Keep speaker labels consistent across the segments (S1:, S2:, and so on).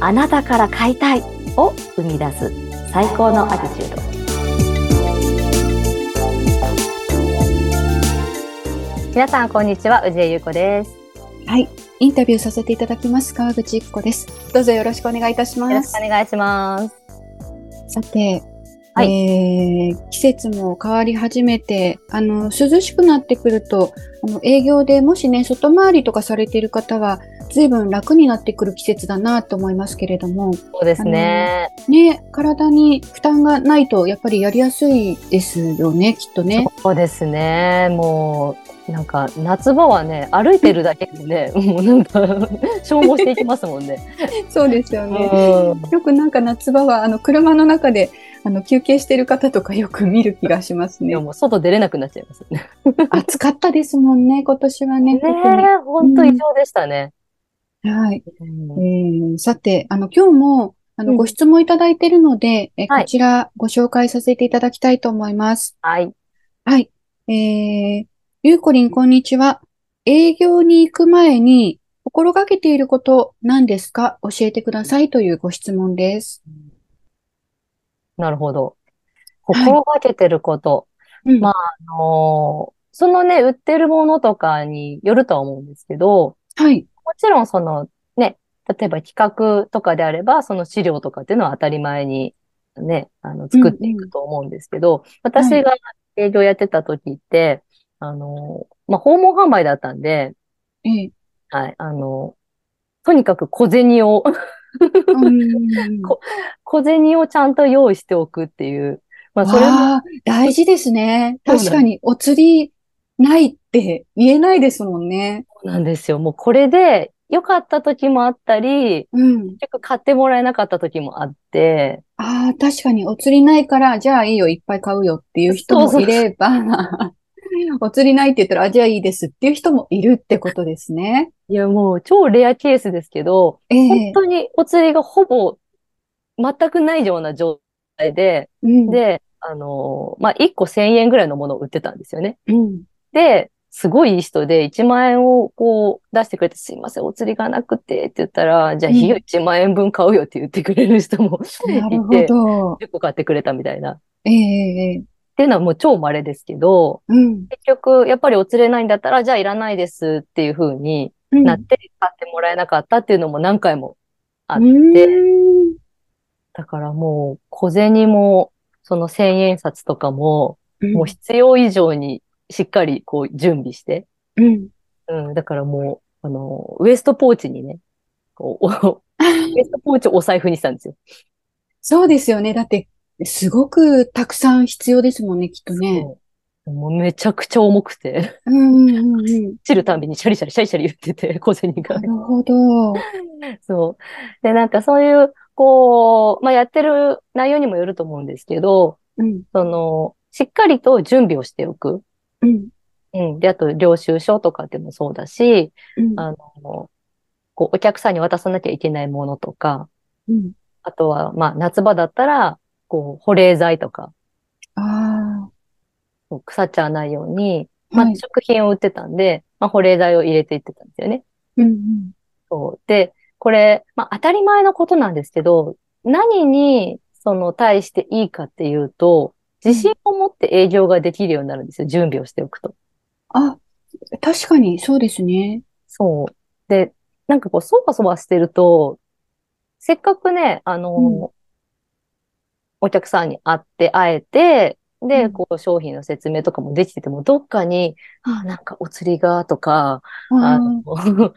S1: あなたから買いたいを生み出す最高のアティチュード。皆さん、こんにちは。宇治江優子です。
S2: はい。インタビューさせていただきます。川口一子です。どうぞよろしくお願いいたし
S1: よろ
S2: ま
S1: し
S2: す。
S1: くお願いします。
S2: さて、
S1: は
S2: えー季節も変わり始めて、あの、涼しくなってくると、あの営業でもしね、外回りとかされている方は、随分楽になってくる季節だなと思いますけれども、
S1: そうですね。
S2: ね、体に負担がないと、やっぱりやりやすいですよね、きっとね。
S1: そうですね。もう、なんか、夏場はね、歩いてるだけでね、 もうなんか、消耗していきますもんね。
S2: そうですよ
S1: うん
S2: よくなんか夏場は、あの、車の中で、あの、休憩してる方とかよく見る気がします
S1: い
S2: ね
S1: や、。もう外出れなくなっちゃいますよね。
S2: 暑かったですも んね、今年はね。
S1: ね
S2: 特
S1: え、ほんと異常でしたね。
S2: にはい、え
S1: うん
S2: ーさて、あの、今日も、あの、
S1: うん
S2: ご質問いただいてるので、え
S1: はい
S2: こちらご紹介させていただきたいと思います。
S1: はい。
S2: はい。えー、ゆうこりん、こんにちは。営業に行く前に心がけていること何ですか教えてくださいというご質問です。
S1: なるほど。
S2: はい
S1: 心がけてること。
S2: うん
S1: まあのーそのね、売ってるものとかによるとは思うんですけど、
S2: はい。
S1: もちろんそのね、例えば企画とかであれば、その資料とかっていうのは当たり前にね、あの、作っていくと思うんですけど、私が営業やってた時って、あのーまあ、訪問販売だったんで、
S2: えー
S1: はい、あのーとにかく小銭を、
S2: うん、
S1: こ小銭をちゃんと用意しておくっていう、まあ、それも
S2: ああ、大事ですね。
S1: そうなんです
S2: 確かに、お釣りないって言えないですもんね。
S1: なんですよ。もうこれで良かった時もあったり、
S2: うん。
S1: 結局買ってもらえなかった時もあって、
S2: ああ、確かに、お釣りないから、じゃあいいよ、いっぱい買うよっていう人
S1: そうそ
S2: も
S1: う
S2: い れば、お釣りないって言ったら、あ、じゃあいいですっていう人もいるってことですね。
S1: いやもう超レアケースですけど、
S2: え
S1: 本
S2: え
S1: 当にお釣りがほぼ全くないような状態で、
S2: うん、
S1: で、あのーまあ、1個1000円ぐらいのものを売ってたんですよね。
S2: うん。
S1: で、すごいいい人で1万円をこう出してくれて、すいません、お釣りがなくてって言ったら、じゃあ費用
S2: う
S1: 1万円分買うよって言ってくれる人も
S2: ないるほ
S1: て、
S2: ど。
S1: 10個買ってくれたみたいな。っ
S2: ええええ
S1: ていうのはもう超稀ですけど、
S2: うん。
S1: 結局、やっぱりお釣れないんだったら、じゃあいらないですっていう風に
S2: うん
S1: なって、買ってもらえなかったっていうのも何回も。あっ
S2: うん
S1: だからもう、小銭も、その千円札とかも、
S2: うん
S1: もう必要以上にしっかりこう準備して、
S2: うん。
S1: うん、だからもう、あの、ウエストポーチにね、こう、お ウエストポーチをお財布にしたんですよ。
S2: そうですよね。だって、すごくたくさん必要ですもんね、きっとね。
S1: そうもうめちゃくちゃ重くて、
S2: うんうんうんうん。
S1: 散るたんびにシャリシャリシャリシャリ言ってて、小銭が
S2: な。るほど。
S1: そう。で、なんかそういう、こう、まあ、やってる内容にもよると思うんですけど、
S2: うん。
S1: その、しっかりと準備をしておく。
S2: うん。
S1: うん。で、あと、領収書とかでもそうだし、
S2: うん。
S1: あの、こう、お客さんに渡さなきゃいけないものとか、
S2: うん。
S1: あとは、まあ、夏場だったら、こう、保冷剤とか、
S2: あ
S1: こう腐っちゃわないように、
S2: あ。
S1: まあ
S2: は、い。
S1: 食品を売ってたんで、まあ、保冷剤を入れていってたんですよね。
S2: うんうん。
S1: そう。で、これ、まあ当たり前のことなんですけど、何に、その、対していいかっていうと、自信を持って営業ができるようになるんですよ。準備をしておくと。
S2: あ、確かにそうですね。
S1: そう。で、なんかこう、そわそわしてると、せっかくね、あの、
S2: うん
S1: お客さんに会って、会えて、で、
S2: うん
S1: こう、商品の説明とかもできてても、どっかに、あ、なんかお釣りが、とか、
S2: あ
S1: あ
S2: あ、
S1: の、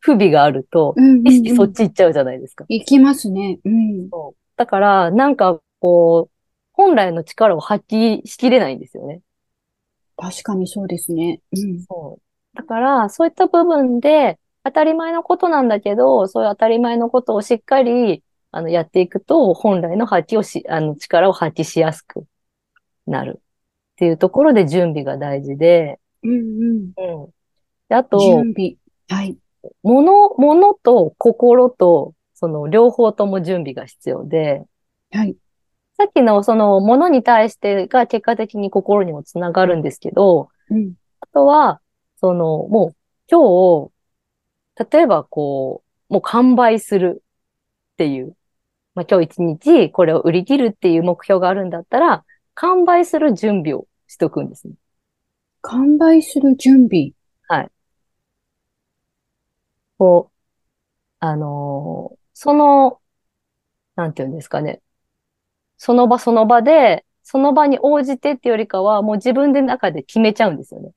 S1: 不備があると、
S2: うんうんうん
S1: 意識そっち行っちゃうじゃないですか。
S2: 行きますね。うん。
S1: そう。だから、なんか、こう、本来の力を発揮しきれないんですよね。
S2: 確かにそうですね。うん。
S1: そう。だから、そういった部分で、当たり前のことなんだけど、そういう当たり前のことをしっかり、あの、やっていくと、本来の発揮をし、あの、力を発揮しやすくなる。っていうところで準備が大事で、
S2: うん
S1: うん。であ
S2: うん。
S1: と、
S2: 準備。はい。
S1: 物、物と心と、その、両方とも準備が必要で、
S2: はい。
S1: さっきのそのものに対してが結果的に心にもつながるんですけど、
S2: うん。
S1: あとは、そのもう今日、例えばこう、もう完売するっていう。まあ、今日一日これを売り切るっていう目標があるんだったら、完売する準備をしとくんですね。
S2: 完売する準備。
S1: こう、あのーその、なんていうんですかね。その場その場で、その場に応じてってよりかは、もう自分で中で決めちゃうんですよね。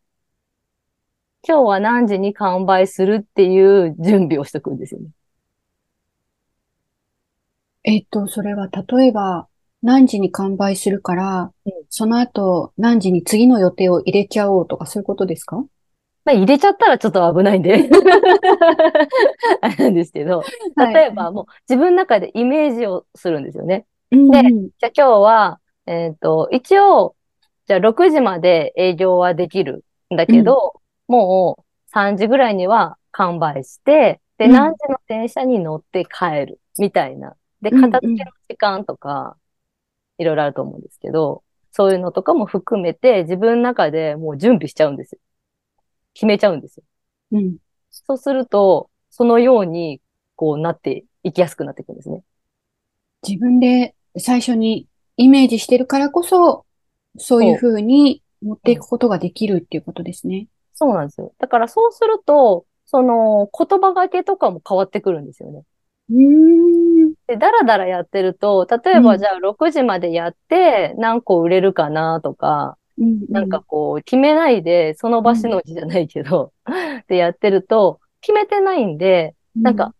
S1: 今日は何時に完売するっていう準備をしとくんですよね。
S2: えっと、それは例えば何時に完売するから、
S1: うん
S2: その後何時に次の予定を入れちゃおうとかそういうことですか
S1: まあ、入れちゃったらちょっと危ないんで。 あれなんですけど、
S2: はい
S1: 例えばもう自分の中でイメージをするんですよね。
S2: うん
S1: で
S2: うん
S1: じゃあ今日は、えっと、一応、じゃあ6時まで営業はできるんだけど、もう3時ぐらいには完売して、で、
S2: うん
S1: 何時の電車に乗って帰る、みたいな。で、
S2: うんうん
S1: 片付けの時間とか、いろいろあると思うんですけど、そういうのとかも含めて、自分の中でもう準備しちゃうんですよ。決めちゃうんですよ。
S2: うん。
S1: そうすると、そのように、こうなっていきやすくなっていくんですね。
S2: 自分で最初にイメージしてるからこそ、そういうふうに持っていくことができるっていうことですね。
S1: そうなんですよ。だからそうすると、その言葉がけとかも変わってくるんですよね。
S2: うーん。
S1: で、だらだらやってると、例え
S2: う
S1: ば
S2: ん
S1: じゃあ6時までやって何個売れるかなとか、
S2: うんうん
S1: なんかこう決めないで、その場しのぎじゃないけど、でやってると、決めてないんで、なんか、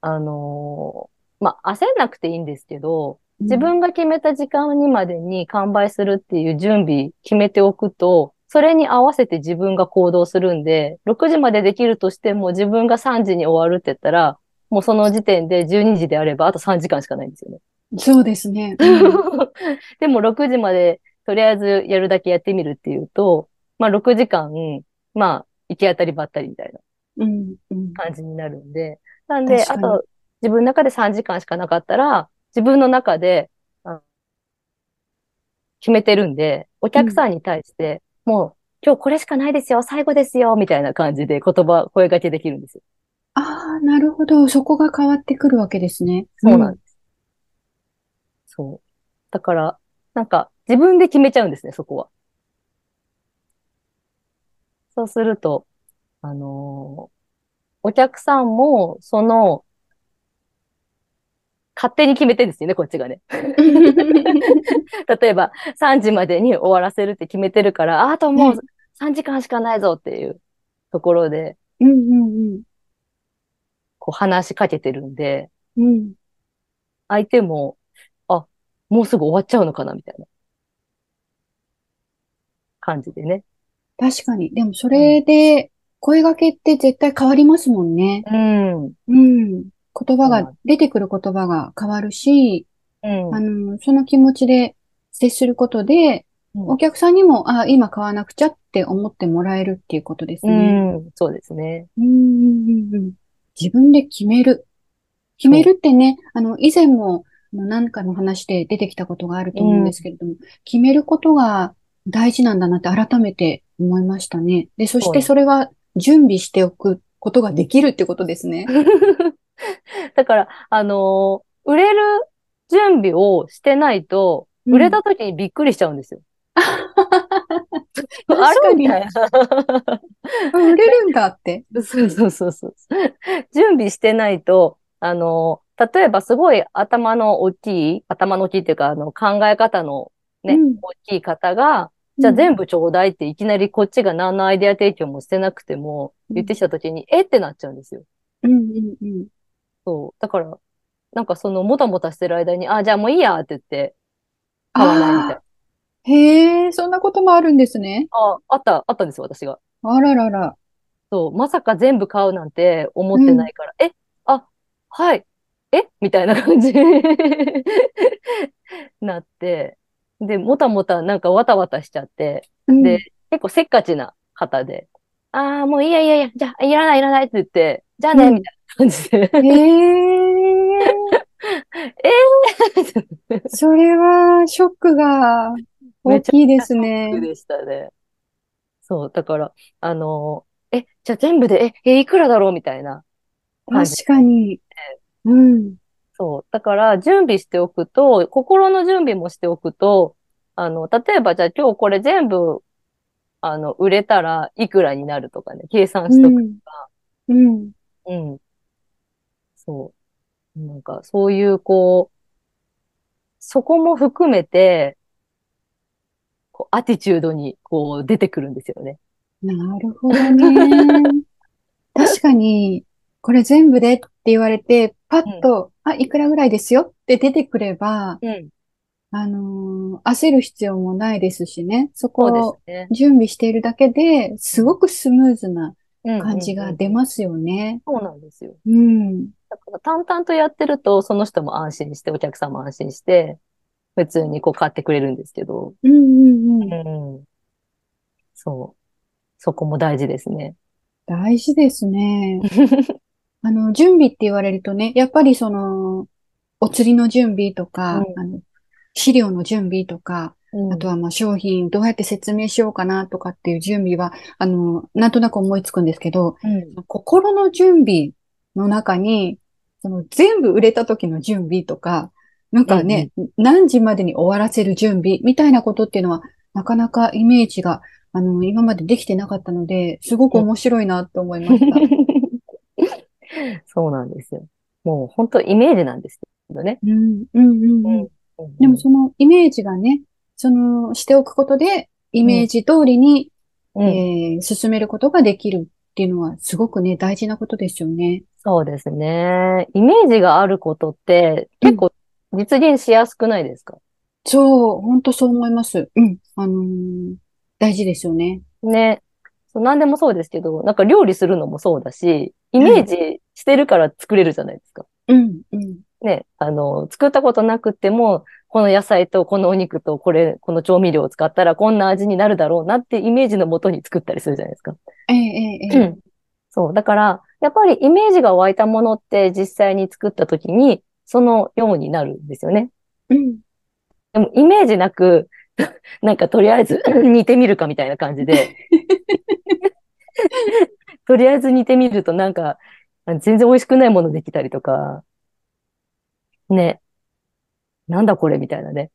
S1: あのーまあ、焦んなくていいんですけど、
S2: うん、
S1: 自分が決めた時間にまでに完売するっていう準備決めておくと、それに合わせて自分が行動するんで、6時までできるとしても自分が3時に終わるって言ったら、もうその時点で12時であればあと3時間しかないんですよね。
S2: そうですね。うん
S1: でも6時までとりあえずやるだけやってみるっていうと、まあ6時間、まあ行き当たりばったりみたいな
S2: うんうん
S1: 感じになるんで。なんで、あ
S2: 確かに
S1: と自分の中で3時間しかなかったら、自分の中で、あ決めてるんで、お客さんに対して、もう今日これしかないですよ、最後ですよ、みたいな感じで言葉、声掛けできるんですよ。
S2: ああ、なるほど。そこが変わってくるわけですね。
S1: そうなんです。そう。だから、なんか自分で決めちゃうんですね、そこは。そうすると、あのーお客さんも、その、勝手に決めてるんですよね、こっちがね。例えば、3時までに終わらせるって決めてるから、ああともう
S2: ね
S1: 3時間しかないぞっていうところで、
S2: うんうん
S1: こう話しかけてるんで、
S2: うん。うん。
S1: 相手も、あ、もうすぐ終わっちゃうのかな、みたいな感じでね。
S2: 確かに。でもそれで声掛けって絶対変わりますもんね。
S1: うん。うん。
S2: うん。言
S1: そう
S2: 葉
S1: な
S2: が、出てくる言葉が変わるし、あの、その気持ちで接することで、
S1: うん
S2: お客さんにも、ああ、今買わなくちゃって思ってもらえるっていうことですね。
S1: うん。そうですね。
S2: うんうんうんうん自分で決める。決めるってね、あの、以前もあの何かの話で出てきたことがあると思うんですけれども、決めることが大事なんだなって改めて思いましたね。で、そしてそれは準備しておくことができるってことですね。
S1: だから、あのー売れる準備をしてないと、売れた時にびっくりしちゃうんですよ。あ
S2: 確か
S1: れ
S2: に
S1: みたいな。
S2: うん、売れるんだって。
S1: そうそうそうそう。準備してないと、あの、例えばすごい頭の大きい、頭の大きいっていうか、あの、考え方のね、
S2: うん
S1: 大きい方が、じゃあ全
S2: 部。
S1: 部ちょうだいっていきなりこっちが何のアイデア提供もしてなくても、
S2: うん
S1: 言ってきた時に、えってなっちゃうんですよ。
S2: うんうんうん。
S1: そう。だから、なんかその、もたもたしてる間に、あ、じゃあもういいやって言って、買わないみたい
S2: ああ、へえ、そんなこともあるんですね。
S1: あ、あった、あったんですよ、私が。
S2: あららら。
S1: そう、まさか全部買うなんて思ってないから、え、あ、はい、えみたいな感じ なって、で、もたもたなんかわたわたしちゃって、
S2: うん
S1: で、結構せっかちな方で、ああ、もういいやいやいや、じゃあ、いらないいらないって言って、じゃあね、
S2: うん
S1: みたいな感じで、
S2: へえ、それはショックが大きいです ね。
S1: でしたね。そう、だから、あのえ、じゃあ全部で、え、え、いくらだろうみたいな感じ
S2: 確かに。うん。
S1: そう。だから、準備しておくと、心の準備もしておくと、あの、例えば、じゃあ今日これ全部、あの、売れたらいくらになるとかね、計算しとく。
S2: うん。うん。
S1: うん。そう。なんか、そういう、こう、そこも含めて、こう、アティチュードに、こう、出てくるんですよね。
S2: なるほ どね。確かに、これ全部でって言われて、パッと、あ、いくらぐらいですよって出てくれば、
S1: うん。
S2: あのー焦る必要もないですしね。そ
S1: そ
S2: こ
S1: うで
S2: を
S1: すね。
S2: 準備しているだけで、すごくスムーズな
S1: うん
S2: 感じ
S1: うん
S2: が
S1: うん
S2: 出ますよね。
S1: そうなんですよ。
S2: うん。
S1: だから、淡々とやってると、その人も安心して、お客さんも安心して、普通にこう買ってくれるんですけど。
S2: うんうんうん。
S1: うん。そう。そこも大事ですね。
S2: 大事ですね。 あの、準備って言われるとね、やっぱりその、お釣りの準備とか、
S1: うん
S2: あの、資料の準備とか、
S1: うん
S2: あとはまあ商品どうやって説明しようかなとかっていう準備は、あの、なんとなく思いつくんですけど、
S1: うん
S2: 心の準備の中に、その全部売れた時の準備とか、なんかね、何時までに終わらせる準備みたいなことっていうのは、なかなかイメージが、あの、今までできてなかったので、すごく面白いなと思いました。
S1: そうなんですよ。もう本当イメージなんですけどね。
S2: うん、うん、うん、うん。でもそのイメージがね、その、しておくことで、イメージ通りに、
S1: うん、
S2: えー進めることができるっていうのは、すごくね、大事なことですよね。
S1: そうですね。イメージがあることって結構実現しやすくないですか、
S2: そう、本当そう思います。うん。あのー大事ですよね。
S1: ね。そう何でもそうですけど、なんか料理するのもそうだし、イメージしてるから作れるじゃないですか。
S2: うん、うん。
S1: ね。あの、作ったことなくても、この野菜とこのお肉とこれ、この調味料を使ったらこんな味になるだろうなってイメージのもとに作ったりするじゃないですか。
S2: ええええええ
S1: そう。だから、やっぱりイメージが湧いたものって実際に作った時に、そのようになるんですよね。
S2: うん。
S1: でも、イメージなく、 なんかとりあえず 似てみるかみたいな感じで。 とりあえず似てみるとなんか、全然美味しくないものできたりとか、ね。なんだこれみたいなね。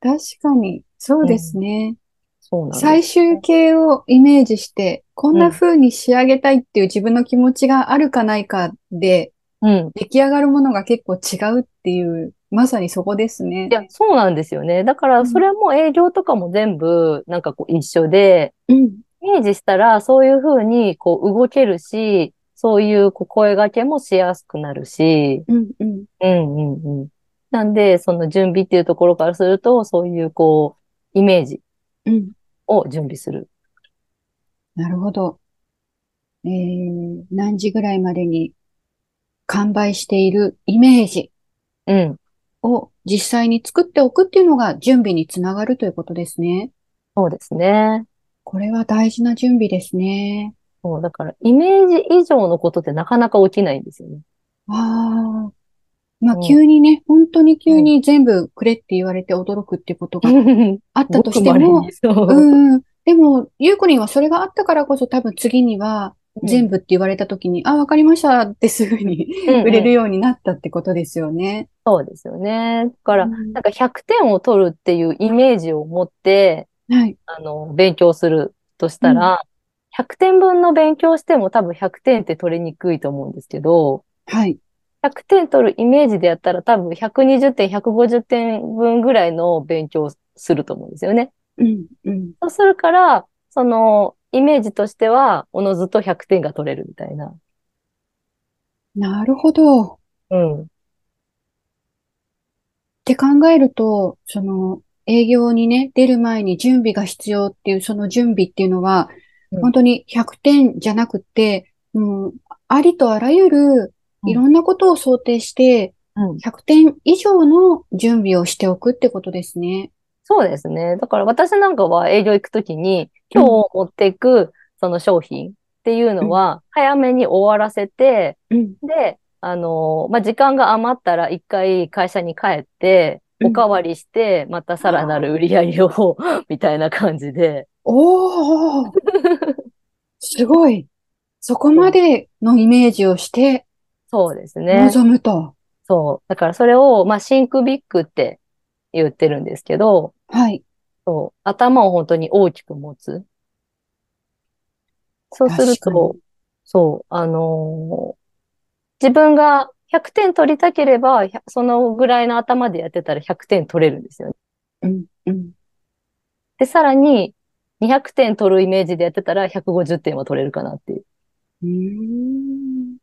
S2: 確かに、そうですね。
S1: そうなんで
S2: 最
S1: す。
S2: 終形をイメージして、こんな風に仕上げたいっていう自分の気持ちがあるかないかで、
S1: うん。
S2: 出来上がるものが結構違うっていう、まさにそこですね
S1: い。や、そうなんですよね。だか
S2: う
S1: ら、
S2: ん
S1: それも営業とかも全部、なんかこう一緒で、
S2: うん。
S1: イメージしたら、そういうふうに、こう、動けるし、そういう、こう、声掛けもしやすくなるし、
S2: うん、うん。
S1: うん、うん、うん。なんで、その準備っていうところからすると、そういう、こう、イメージ
S2: うん。
S1: を準備する。
S2: なるほど。えー、何時ぐらいまでに完売しているイメージ
S1: うん。
S2: を実際に作っておくっていうのが準備につながるということですね。
S1: そうですね。
S2: これは大事な準備ですね。
S1: そう、だから、イメージ以上のことってなかなか起きないんですよね。
S2: ああ。まあ
S1: うん
S2: 急にね、本当に急に全部くれって言われて驚くっていうことがあった として
S1: ごく
S2: も
S1: 稀、にそう
S2: うん。でも、ゆうこりんはそれがあったからこそ多分次には
S1: うん
S2: 全部って言われた時に、あ、わかりましたってすぐに
S1: うんうん
S2: 売れるようになったってことですよね。
S1: そうですよね。だから、
S2: うん
S1: なんか100点を取るっていうイメージを持って、
S2: はい。
S1: あの、勉強するとしたら、100点分の勉強しても多分100点って取りにくいと思うんですけど、
S2: はい。
S1: 100点取るイメージでやったら多分120点、150点分ぐらいの勉強をすると思うんですよね。
S2: うん。うん。
S1: そうするから、その、イメージとしては、おのずと100点が取れるみたいな。
S2: なるほど。っ
S1: うん。うん
S2: て考えると、その、営業にね、出る前に準備が必要っていう、その準備っていうのは、
S1: うん
S2: 本当に100点じゃなくて、もう、ありとあらゆる、
S1: うん
S2: いろんなことを想定して、100点以上の準備をしておくってことですね。
S1: そうですね。だから私なんかは営業行くときに、今日持っていくその商品っていうのは、早めに終わらせて、
S2: うん。
S1: で、あのーまあ、時間が余ったら一回会社に帰って、
S2: うん
S1: おかわりして、またさらなる売り上げを、みたいな感じで。
S2: お ーすごい。そこまでのイメージをして
S1: そうですね。
S2: 臨むと。
S1: そう。だからそれを、まあ、シンクビッグって言ってるんですけど、
S2: はい。
S1: そう。頭を本当に大きく持つ。そうする
S2: 確か
S1: と、そう、あのー自分が100点取りたければ、ひゃそのぐらいの頭でやってたら100点取れるんですよね。
S2: に。うん、うん。
S1: で、さらに、200点取るイメージでやってたら150点は取れるかなっていう。
S2: うーん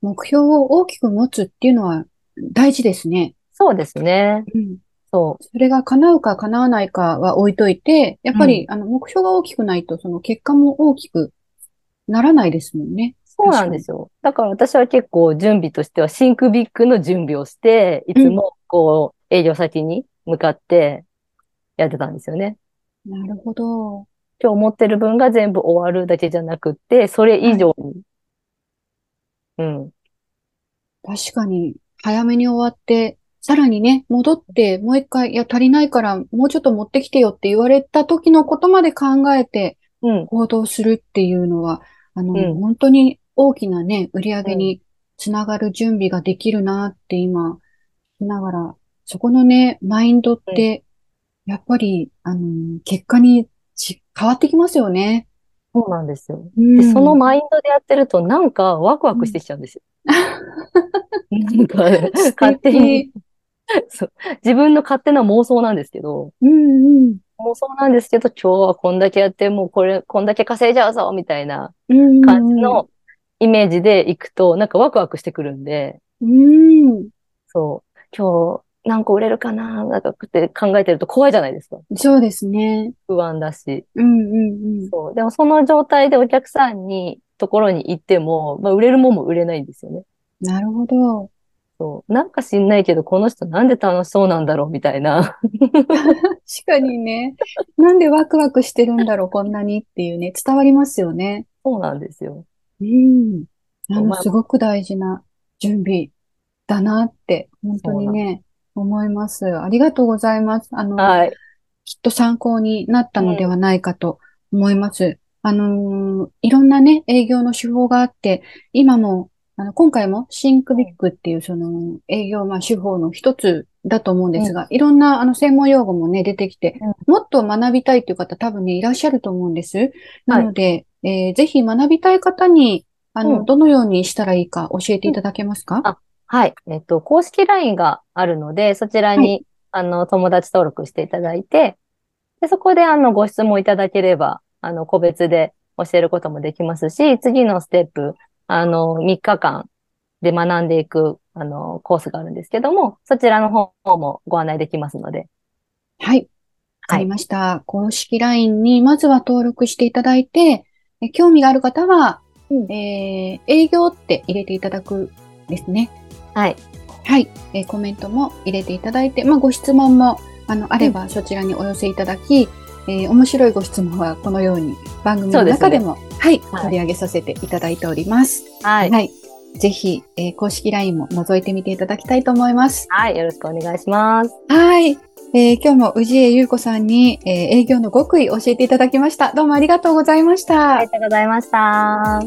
S2: 目標を大きく持つっていうのは大事ですね。
S1: そうですね。
S2: うん。
S1: そう。
S2: それが叶うか叶わないかは置いといて、やっぱり、あの、目標が大きくないと、その結果も大きくならないですもんね。
S1: そうなんですよ。だから私は結構準備としてはシンクビッグの準備をして、いつもこう営業先に向かってやってたんですよね。
S2: なるほど。
S1: 今日持ってる分が全部終わるだけじゃなくって、それ以上に。うん。
S2: 確かに、早めに終わって、さらにね、戻って、もう一回、いや、足りないから、もうちょっと持ってきてよって言われた時のことまで考えて、
S1: うん。
S2: 行動するっていうのは、あの、
S1: うん
S2: 本当に大きなね、売り上げにつながる準備ができるなって今、しながら、そこのね、マインドって、やっぱり、あの、結果にち変わってきますよね。
S1: そうなんですよ。
S2: うん
S1: で、そのマインドでやってるとなんかワクワクしてきちゃうんですよ。なんか、勝手 に、そう、自分の勝手な妄想なんですけど、
S2: うんうん。
S1: 妄想なんですけど、今日はこんだけやって、もうこれ、こんだけ稼いじゃうぞみたいな
S2: うんうん
S1: 感じのイメージで行くと、なんかワクワクしてくるんで、
S2: うん。
S1: そう、今日何個売れるかななんかって考えてると怖いじゃないですか。
S2: そうですね。
S1: 不安だし。
S2: うんうんうん。
S1: そう。でもその状態でお客さんに、ところに行っても、まあ売れるもんも売れないんですよね。
S2: なるほど。
S1: そう。なんか知んないけど、この人なんで楽しそうなんだろうみたいな。
S2: 確かにね。なんでワクワクしてるんだろう、こんなにっていうね、伝わりますよね。
S1: そうなんですよ。
S2: うん。あの、
S1: まあ
S2: すごく大事な準備だなって、本当に
S1: そう
S2: ね、思います。ありがとうございます。あの、
S1: はい。
S2: きっと参考になったのではないかと思います。あのーいろんなね、営業の手法があって、今も、あの、今回もシンクビッグっていうその営業、まあ、手法の一つだと思うんですが、いろんなあの専門用語もね、出てきて、もっと学びたいという方多分ね、いらっしゃると思うんです。なので、えーぜひ学びたい方に、あの、
S1: うん
S2: どのようにしたらいいか教えていただけますか
S1: あはい。えっと、公式 LINE があるので、そちら
S2: は
S1: に、あの、友達登録していただいて、で、そこで、あの、ご質問いただければ、あの、個別で教えることもできますし、次のステップ、あの、3日間で学んでいく、あの、コースがあるんですけども、そちらの方もご案内できますので。
S2: はい。わかりました。公式 LINE にまずは登録していただいて、え興味がある方は、
S1: うん
S2: えー営業って入れていただくですね。
S1: はい。
S2: はい、えーコメントも入れていただいて、まあ、ご質問もあのあればそちらにお寄せいただき、えー面白いご質問はこのように番組
S1: そ
S2: の
S1: うです
S2: 中
S1: ね
S2: でもはい、
S1: はい
S2: 取り上げさせていただいております。
S1: はい。
S2: はい。ぜひ、えー公式 LINE も覗いてみていただきたいと思います。
S1: はい。よろしくお願いします。
S2: はい。えー今日も氏江優子さんに、えー営業の極意教えていただきました。どうもありがとうございました。
S1: ありがとうございました。